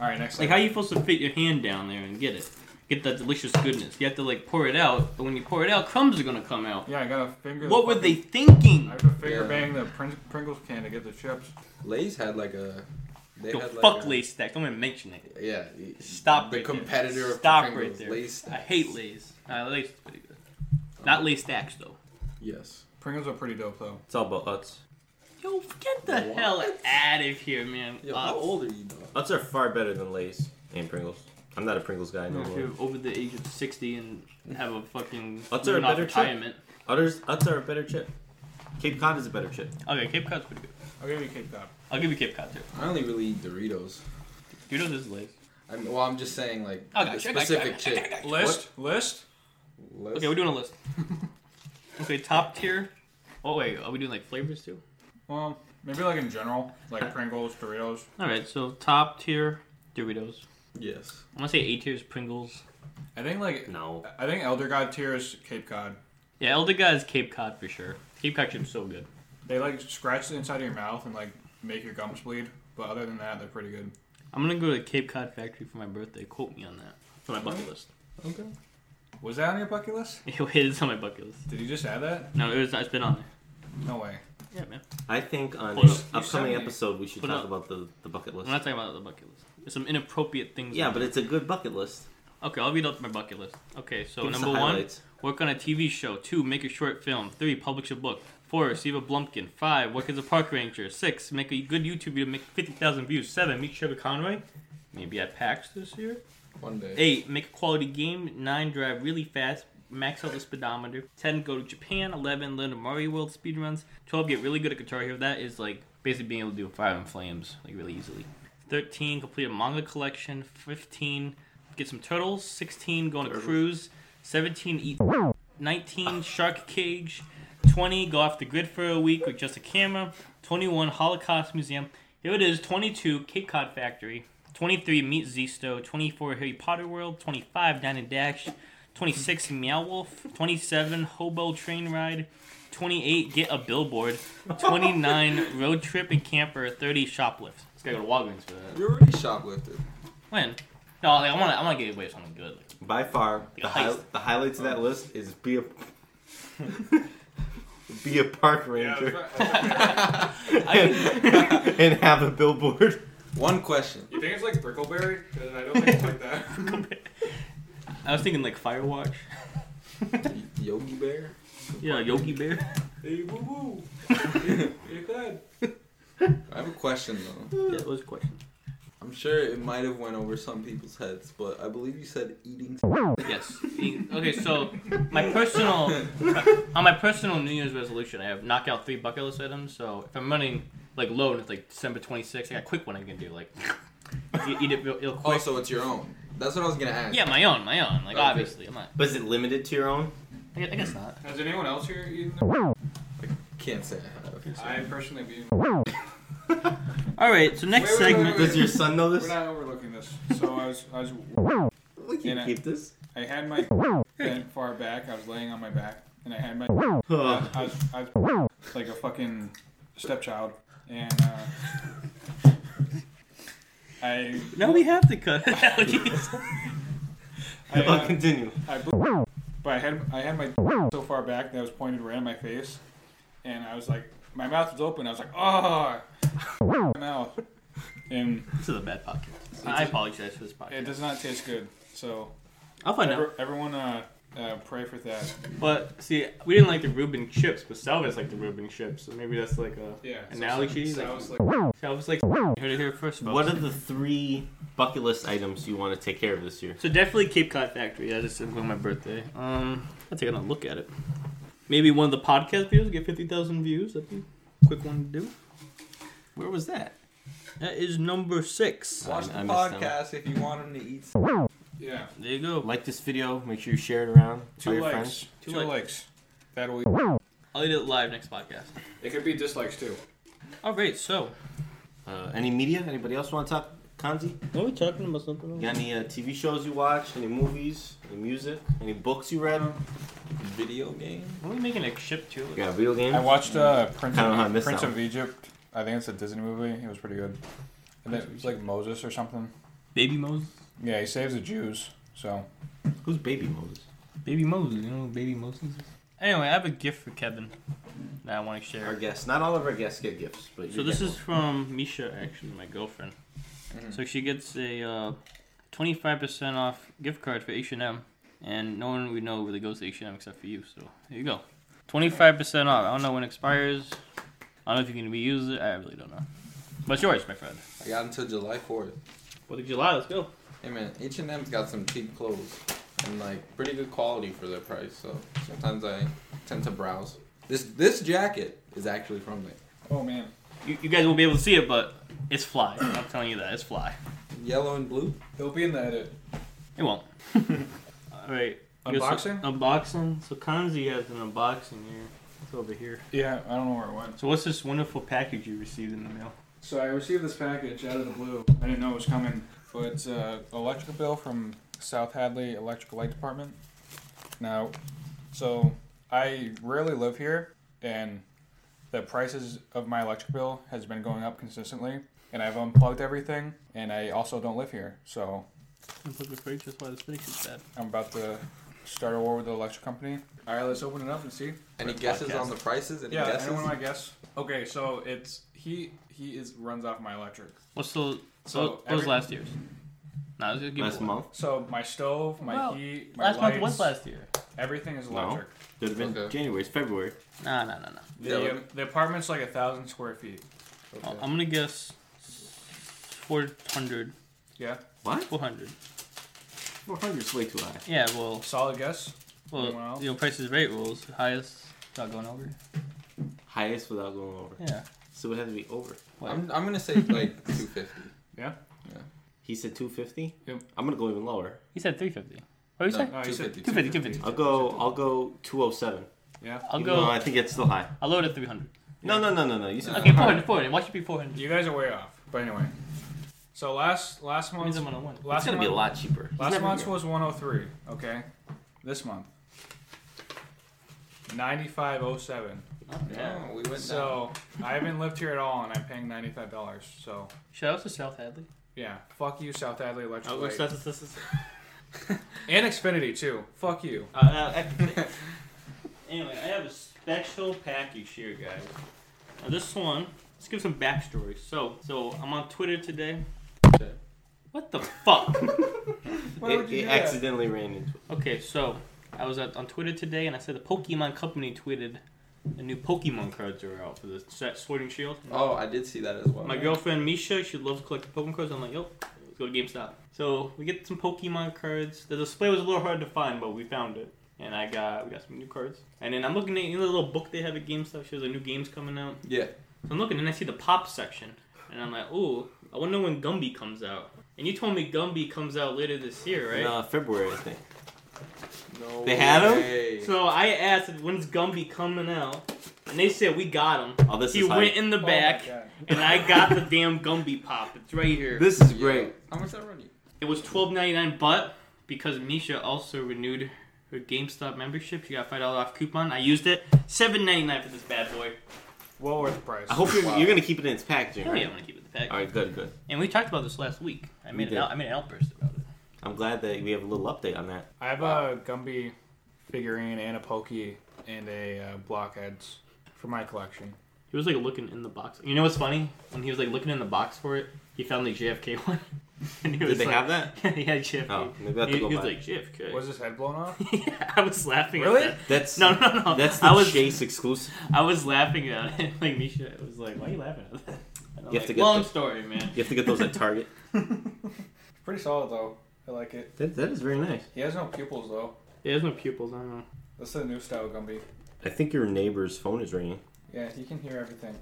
All right, next.
Like, how
slide.
you supposed to fit your hand down there and get it? Get that delicious goodness. You have to like pour it out, but when you pour it out, crumbs are gonna come out.
Yeah, I got a finger.
What were they
fucking-
thinking?
I have to finger
Yeah.
bang the Pring- Pringles can to get the chips.
Lay's had like a They
Yo,
had, like,
fuck
a-
Lay's stack. Don't even mention it.
Yeah. y-
Stop
The
right there.
competitor of
Stop
Pringles,
right there.
Lay's stacks.
I hate Lay's. Nah, Lay's is pretty good. Not Lay's stacks though.
Yes.
Pringles are pretty dope though.
It's all about uh, Utz.
Yo, get the hell out of here, man.
Yo,
Uh,
how old are you, dog?
Utz are far better than Lay's and Pringles. I'm not a Pringles guy no
If
more.
you're over the age of 60 and have a fucking
What's our
living off
better chip?
retirement.
Others, Utz are a better chip. Cape Cod is a better chip.
Okay, Cape Cod's pretty good.
I'll give you Cape Cod.
I'll give you Cape Cod too.
I only really eat Doritos.
You know this is Lay's.
I'm, well, I'm just saying, like,
I got
the
you, I got you, I
specific
got you, I
chip.
got
List, list.
List?
Okay, we're doing a list. okay, top tier. Oh wait, are we doing like flavors too?
Well, maybe like in general, like Pringles, Doritos.
All right, so top tier Doritos.
Yes.
I'm gonna say A tier is Pringles.
I think like
No.
I think Elder God tier is Cape Cod.
Yeah, Elder God is Cape Cod for sure. Cape Cod chip's so good.
They like scratch the inside of your mouth and like make your gums bleed. But other than that, they're pretty good.
I'm gonna go to Cape Cod Factory for my birthday. Quote me on that for my bucket list.
Okay.
Was that on your bucket list?
It is on my bucket list.
Did you just add that?
No, it was. It's been on there.
No way.
Yeah, man.
I think on
Hold
an
up.
You
upcoming
sent me-
episode we should
Hold
talk
up.
about the, the bucket list.
I'm not talking about the bucket list. There's some inappropriate things.
Yeah, but it's a good bucket list.
Okay, I'll read out my bucket list. Okay, so
Give us the
Oh, number one,
highlights.
work on a TV show. Two, make a short film. Three, publish a book. Four, receive a Blumpkin. Five, work as a park ranger. Six, make a good YouTube video, make 50,000 views. Seven, meet Trevor Conroy. Maybe at PAX this year.
One day.
Eight, make a quality game. Nine, drive really fast. Max out the speedometer. Ten, go to Japan. Eleven, learn the Mario World speedruns. Twelve, get really good at Guitar Hero. That is like basically being able to do Fire and Flames like really easily. Thirteen, complete a manga collection. Fifteen, get some turtles. Sixteen, go on a cruise. Seventeen, eat. Nineteen, shark cage. Twenty, go off the grid for a week with just a camera. Twenty-one, Holocaust Museum. Here it is. Twenty-two, Cape Cod Factory. 23 Meet Zisto, 24 Harry Potter World, 25 Dine and Dash, 26 Meow Wolf, 27 Hobo Train Ride, 28 Get a Billboard, 29 Road Trip and Camper, 30 Shoplift. This guy go to Walgreens for that.
You're already shoplifted.
When? No, like, I want to I wanna get away with something good. Like,
By far, the,
The
hi-
heist.
the highlights of
Oh.
that list is be a be a park ranger and, and have a billboard.
One question.
You think it's like Brickleberry? Because I don't think it's like that.
I was thinking like Firewatch.
Yogi Bear?
Yeah, Yogi Bear.
hey, woo woo. good.
I have a question, though.
Yeah, that was a question.
I'm sure it might have went over some people's heads, but I believe you said eating.
Yes. Okay, so my personal on my personal New Year's resolution, I have knock out three bucket list items. So if I'm running like low and it's like December 26th, I got a quick one I can do like you eat it real, real quick.
Oh, so
uh,
it's your own. That's what I was going to ask.
yeah, my own, my own. Like
Okay.
obviously, I'm not.
But is it limited to your own?
I guess, I guess not.
Has anyone else here eaten?
Can't say I have.
I personally have eaten.
All right, so next
Wait, wait, wait,
segment.
wait,
Does your son know
We're
this?
not overlooking this. So I was, I was,
We can
Yeah.
keep this.
I had my bent far back. I was laying on my back, and I had my,
Ugh.
I was, I was like a fucking stepchild, and uh, I,
Now we have to cut. it out. Jeez.
I,
I'll
uh,
continue.
I blew, but I had, I had my so far back that I was pointed right in my face, and I was like, my mouth was open. I was like, oh, my mouth, and
this is a bad podcast. I apologize for this
it
podcast.
does not taste good. So
I'll find out.
ever, everyone, uh, uh, pray for that.
But see, we didn't like the Reuben chips, but Salvis liked the Reuben chips, so maybe that's like a
Yeah. so-
analogy.
so I
like,
was like,
Salvis like you heard it here first. folks.
What are the three bucket list items you want to take care of this year?
So definitely Cape Cod Factory. I just on my birthday. Um, I'll take a look at it. Maybe one of the podcast videos get fifty thousand views. That'd be a quick one to do.
Where was that?
That is number six.
Watch
I
the
missed that
podcast if you want him to eat.
yeah.
There you go.
Like this video. Make sure you share it around. Tell
Two
your
likes.
friends.
Two,
Two
likes.
likes.
That'll.
I'll eat it live next podcast.
It could be dislikes too.
All right. So,
Uh, any media? Anybody else want to talk? Kanzi?
are we talking about something?
You got any uh, TV shows you watch? Any movies? Any music? Any books you read?
Video game?
Are we making a ship too?
Yeah, video games.
I watched uh, Prince,
I don't know how I
of,
missed
Prince
that
of Egypt. I think it's a Disney movie. It was pretty good. And it was like Moses or something.
Baby Moses.
Yeah, he saves the Jews. So
Who's Baby Moses?
Baby Moses. You know who Baby Moses. is? Anyway, I have a gift for Kevin that I want to
Our
share.
guests, not all of our guests get gifts, but
So
you
this
get
is from Misha, actually, my girlfriend. So she gets a uh, 25% off gift card for H&M, and no one we know really goes to H&M except for you. So here you go, 25% off. I don't know when it expires. I don't know if you can reuse it. I really don't know. But it's yours, my friend.
I got until July 4th.
Fourth of July. Let's go.
Hey man, H and M's got some cheap clothes and like pretty good quality for their price. So sometimes I tend to browse. This this jacket is actually from it.
Oh man,
You, you guys won't be able to see it, but it's fly. I'm telling you that it's fly.
Yellow and blue.
it'll be in the edit.
It won't. All right.
Unboxing?
So, unboxing. So Kanzi has an unboxing here. It's over here.
Yeah, I don't know where it went.
So what's this wonderful package you received in the mail?
So I received this package out of the blue. I didn't know it was coming, but it's a electrical bill from South Hadley Electrical Light Department. Now, so I rarely live here, and the prices of my electric bill has been going up consistently. And I've unplugged everything, and I also don't live here, so
I'm looking for it, That's why this finish is bad.
I'm about to start a war with the electric company. All right, let's open it up and see.
Any guesses on the prices? Any
Yeah,
guesses?
anyone want to guess? Okay, so it's he he is runs off my electric.
What's the?
So
So what was
every-
last year's? No, let's give
one. last
one.
month.
So my stove, my
Well,
heat, my
Last
lights,
month was last year.
everything is
No.
electric.
It would have been
Okay.
January. It's February.
No, no, no, no.
The, the apartment's like a thousand square feet.
Well, I'm gonna guess 400.
Yeah,
What?
400.
400 is way too high.
Yeah. Well.
solid guess. Anyone
Well.
else?
You know, prices right rules. Highest. Not going over.
Highest without going over.
Yeah.
So it would have to be over.
What?
I'm, I'm gonna say like two fifty.
He said 250.
Yep.
I'm gonna go even lower.
He said 350. What did you say?
No, he Oh, said-
250.
250, 250.
I'll go. I'll go 207.
Yeah,
I'll
No, I
go.
think it's still high.
I'll load at 300.
No, no, no, no, no. You said
Okay, 400, 400. Why should be 400?
you guys are way off. But anyway, so last last
That means
month's
I'm on a one.
it's
last
gonna be a
month-
lot cheaper. He's
last
never
month's
here.
was one hundred three. Okay, this month ninety five oh seven.
Yeah, Oh, we went down.
So I haven't lived here at all, and I'm paying ninety five dollars. So
Shout out to South Hadley.
yeah, fuck you, South Hadley Electric
Oh,
Light.
that's, that's, that's, that's-
and Xfinity too. Fuck you.
uh, uh, I- anyway, I have a special package here, guys. Now, this one, let's give some backstory. So, so I'm on Twitter today. What the fuck?
Why would
It,
you
it
do that?
accidentally ran into.
Okay, so I was at, on Twitter today, and I said the Pokemon Company tweeted the new Pokemon cards are out for the set Sorting Shield.
Oh, I did see that as well.
My girlfriend Misha, she loves collecting Pokemon cards. I'm like, yo, let's go to GameStop. So we get some Pokemon cards. The display was a little hard to find, but we found it. And I got we got some new cards. And then I'm looking at you know, the little book they have at GameStop. Shows the new games coming out.
Yeah.
So I'm looking and I see the pop section, and I'm like, ooh, I wonder when Gumby comes out. And you told me Gumby comes out later this year, right?
No, uh, February I think.
No
They had 'em?
way.
So I asked when's Gumby coming out, and they said we got him.
Oh, this
he
is hype.
went in the
Oh my
back,
God.
and I got the damn Gumby pop. It's right here.
This is
Yeah.
great.
How much that run you?
It was twelve ninety nine, but because Misha also renewed her GameStop membership, she got a five dollar off coupon. I used it. Seven ninety nine for this bad boy.
Well worth the price.
I hope you're, you're gonna keep it in its packaging.
Hell
right?
yeah, I'm gonna keep it the pack.
All right, good, good.
And we talked about this last week. I made an
did.
out, I made an outburst about it.
I'm glad that we have a little update on that.
I have a Gumby figurine and a Pokey and a uh, Blockheads for my collection.
He was like looking in the box. You know what's funny? When he was like looking in the box for it, he found the JFK one. and he
Did
was
they
like-
have that?
he had JFK.
Oh, maybe I have to
he,
go
he was
buy
like JFK.
Was his head blown off?
I was laughing.
Really?
At
That's
that. No, no, no.
That's the
I was
Chase exclusive.
I was laughing at it. Like Misha was like, "Why are you laughing at that?" And I'm
You have
like,
to get
long
the-
story, man.
You have to get those at Target.
Pretty solid though. I like it.
That, that is very nice.
He has no pupils though.
Yeah, there's no pupils. I don't know.
That's the new style Gumby.
I think your neighbor's phone is ringing.
Yeah, he can hear everything.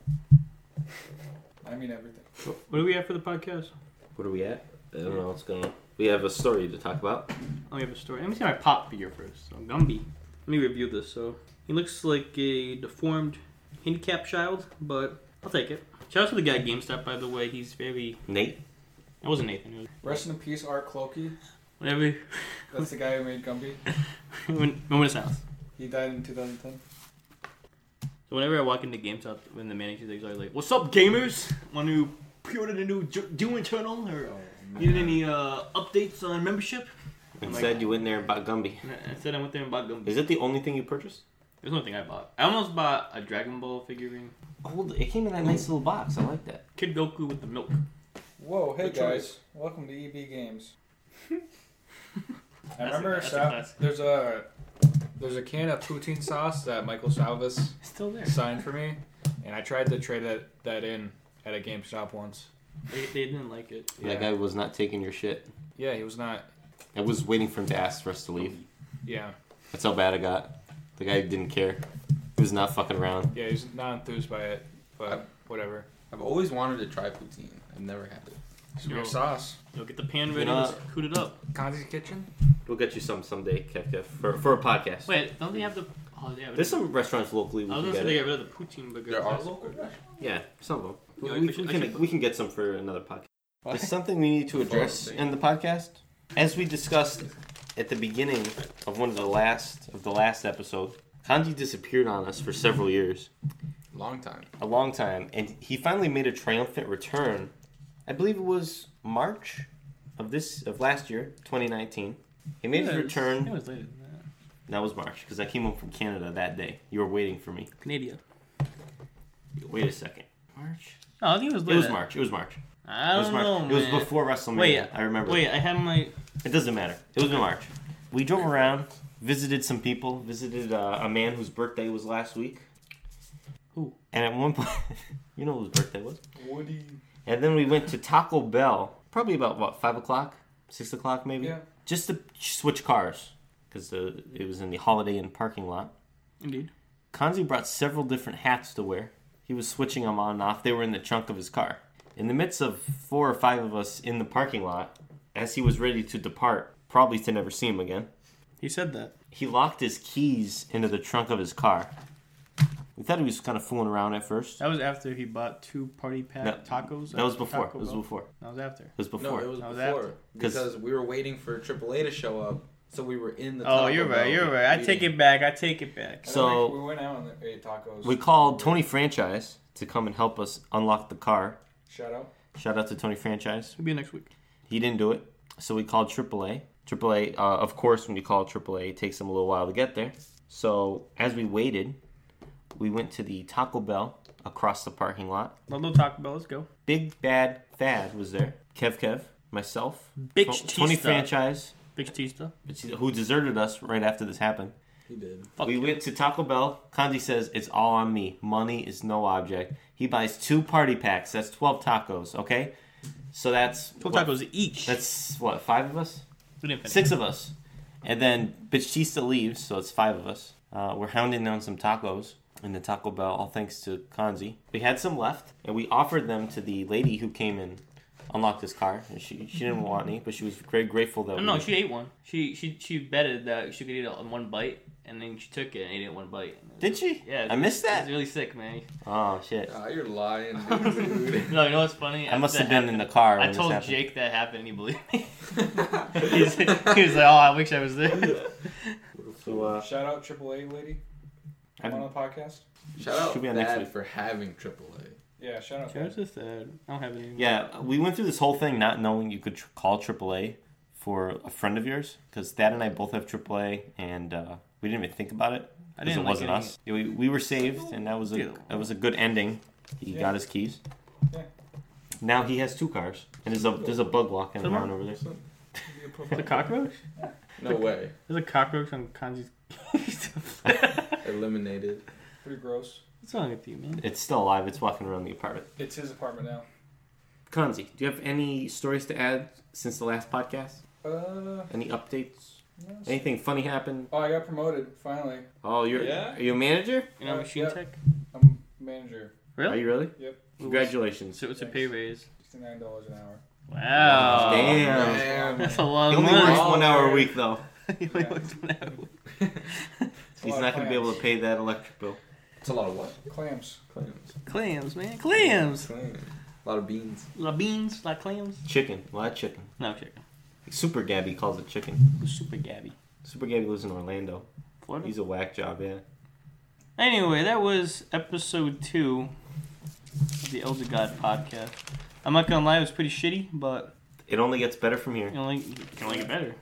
I mean everything.
What do we have for the podcast?
What are we at? I don't know what's going on. We have a story to talk about.
Let me have a story. Let me see my pop figure first. So Gumby. Let me review this. So he looks like a deformed, handicapped child, but I'll take it. Shout out to the guy at GameStop, by the way. He's very.
Nate,
That wasn't Nathan. It was
Rest in peace, Art Clokey.
whenever
That's the guy who made Gumby.
when when it's house.
He died in 2010.
So whenever I walk into GameStop, when the manager's always like, "What's up, gamers? Want to pre-order the new Ju- Doom Eternal or need any uh, updates on membership?"
instead you went there and bought Gumby.
And I I said I went there and bought Gumby.
Is that the only thing you purchased?
There's one thing I bought. I almost bought a Dragon Ball figurine.
Oh, it came in that nice little box. I like that.
Kid Goku with the milk.
Whoa, hey
Good
guys.
choice.
Welcome to EB Games. I
That's a-
remember
that's a
Sal-
classic.
there's a there's a can of poutine sauce that Michael Salvis
It's still there.
signed for me, and I tried to trade that, that in at a GameStop once.
They, they didn't like it.
That guy was not taking your shit.
Yeah, he was not.
I was waiting for him to ask for us to leave.
Yeah,
That's how bad I got. The guy didn't care. He was not fucking around.
yeah, he was not enthused by it, but whatever.
I've always wanted to try poutine. I've never had it.
Yo,
sauce.
yo, get the pan ready.
know-
Let's coot it up.
Kanzi's Kitchen?
We'll get you some someday, Kev Kev, for, for a podcast.
Wait, don't they have the? Oh, they have.
There's some restaurants locally we
I was
can
gonna say
get
they
it.
got rid of the poutine burger.
There are
That's-
local
Yeah, some of them.
Yeah,
we,
I
we
should- I
can,
should-
we can get some for another podcast. There's something we need to address in the podcast. As we discussed at the beginning of one of the last of the last episode, Kanji disappeared on us for several years,
Long time.
a long time, and he finally made a triumphant return. I believe it was March of this of last year, 2019. He made his
Yeah,
return.
It was later than that.
that was March because I came home from Canada that day. You were waiting for me.
Canada.
Wait a second. March.
No, I think it was
It
later.
was March. It was March.
I
It
don't
was March.
know.
it was
Oh, man.
before WrestleMania.
Wait,
I remember.
Wait, I had my.
It doesn't matter. It was in March. We drove around, visited some people, visited uh, a man whose birthday was last week.
Who?
And at one point, you know whose birthday was.
Woody.
And then we went to Taco Bell, probably about what five o'clock, six o'clock maybe.
Yeah.
Just to switch cars because it was in the Holiday Inn parking lot.
Indeed.
Kanzi brought several different hats to wear. He was switching them on and off. They were in the trunk of his car. In the midst of four or five of us in the parking lot, as he was ready to depart, probably to never see him again,
He said that.
he locked his keys into the trunk of his car. We thought he was kind of fooling around at first.
That was after he bought two party pack
No,
tacos.
That was
at
before. It
Taco
was
Bell.
before. It
That was after.
was
No,
before.
it was
That was
before.
after.
Because we were waiting for AAA to show up, so we were in the.
Oh,
Taco
you're right.
Bell
You're right. I take
meeting.
it back. I take it back.
So-
we went out and ate tacos.
We called Tony Franchise to come and help us unlock the car.
Shout out.
Shout out to Tony Franchise.
It'll be next week.
He didn't do it, so we called AAA. AAA, uh, of course, when you call AAA, it takes them a little while to get there. So as we waited, we went to the Taco Bell across the parking lot.
Lolo Taco Bell. Let's go.
Big Bad Thad was there. Kev Kev, myself,
Bitch
Tw- Tony
Tista.
Franchise,
Big Tista.
who deserted us right after this happened.
He did.
Fuck
we
you.
went to Taco Bell. Kanji says it's all on me. Money is no object. He buys two party packs. That's twelve tacos. Okay, so that's
Two
what-
tacos each.
That's what five of us.
we didn't finish.
Six of us. And then Bichista leaves, so it's five of us. Uh, we're hounding down some tacos in the Taco Bell, all thanks to Kanzi. We had some left, and we offered them to the lady who came and unlocked his car. And she, she didn't want any, but she was very grateful that
No, no,
we
she ate one. She she she betted that she could eat it in one bite, and then she took it and ate it in one bite.
did. She?
Yeah,
I missed
It's
that.
really sick, man.
Oh shit!
Ah, you're lying, dude.
No, you know what's funny?
I must
After
have
that
been in the car. When
I
this
told
happened.
Jake that happened, and he believed me. He's- he was like, "Oh, I wish I was there."
So, uh,
Shout out AAA lady. Come on
I'm-
the podcast.
Shout out
Should be on next
Thad
week.
for having AAA.
Yeah, shout out.
There's a third. I don't have any.
yeah, we went through this whole thing not knowing you could tr- call AAA for a friend of yours because Dad and I both have AAA, and uh, we didn't even think about it.
I
Because
didn't
it
like
wasn't
any-
us. Yeah, we, we were saved, and that was a
Yeah.
that was a good ending. He
Yeah.
got his keys.
Yeah.
Now he has two cars, and there's a there's a bug walking
Come
around
on.
over there.
The cockroach?
No way.
There's a cockroach on Kanzi's.
Eliminated.
Pretty gross.
What's wrong with you, man?
It's still alive. It's walking around the apartment.
It's his apartment now.
Kanzi, do you have any stories to add since the last podcast?
Uh,
Any updates?
yes.
Anything funny happened?
Oh, I got promoted finally.
Oh, you're
Yeah.
are you a manager?
You know,
Uh,
machine
yeah.
tech?
I'm manager.
Are
Really?
you really?
Yep.
Congratulations.
So it's a pay raise.
Sixty-nine dollars an hour. Um,
Wow.
Damn.
Damn.
That's a
He
long
only works
one.
one hour a week though.
He only works one hour.
He's not gonna be able to pay that electric bill.
It's a lot of what?
Clams.
Clams.
Clams, man. Clams.
Clams. A lot of beans.
La beans, la clams.
Chicken, a lot of chicken.
No chicken.
Super Gabby calls it chicken.
Super Gabby.
Super Gabby lives in Orlando.
Florida.
He's a whack job, yeah.
Anyway, that was episode two of the Elder God podcast. I'm not gonna lie, it was pretty shitty, but
It only gets better from
you
here.
know, like, you can only get better.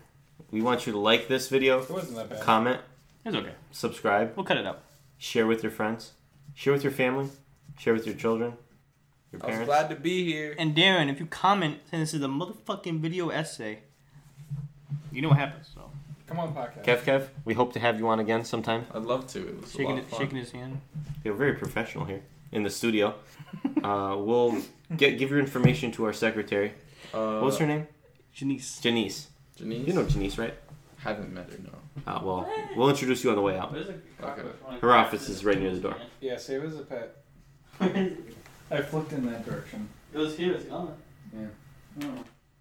We want you to like this video,
It wasn't that bad.
comment,
It's okay.
subscribe.
We'll cut it out.
Share with your friends. Share with your family. Share with your children. Your
I was
parents.
glad to be here.
And Darren, if you comment, saying this is a motherfucking video essay, you know what happens. So
Come on, podcast.
Kev, Kev, we hope to have you on again sometime.
I'd love to. It was a
shaking,
lot of
it,
fun.
shaking his hand.
You're very professional here in the studio. Uh, we'll get give your information to our secretary.
Uh,
What's her name?
Janice.
Janice.
Janice?
You know Janice, right?
Haven't met her, no.
Uh, well, we'll introduce you on the way out.
Okay.
Her office is right near the door.
Yeah, save it as a pet.
it
I flipped in that direction.
was here. It's gone.
Oh.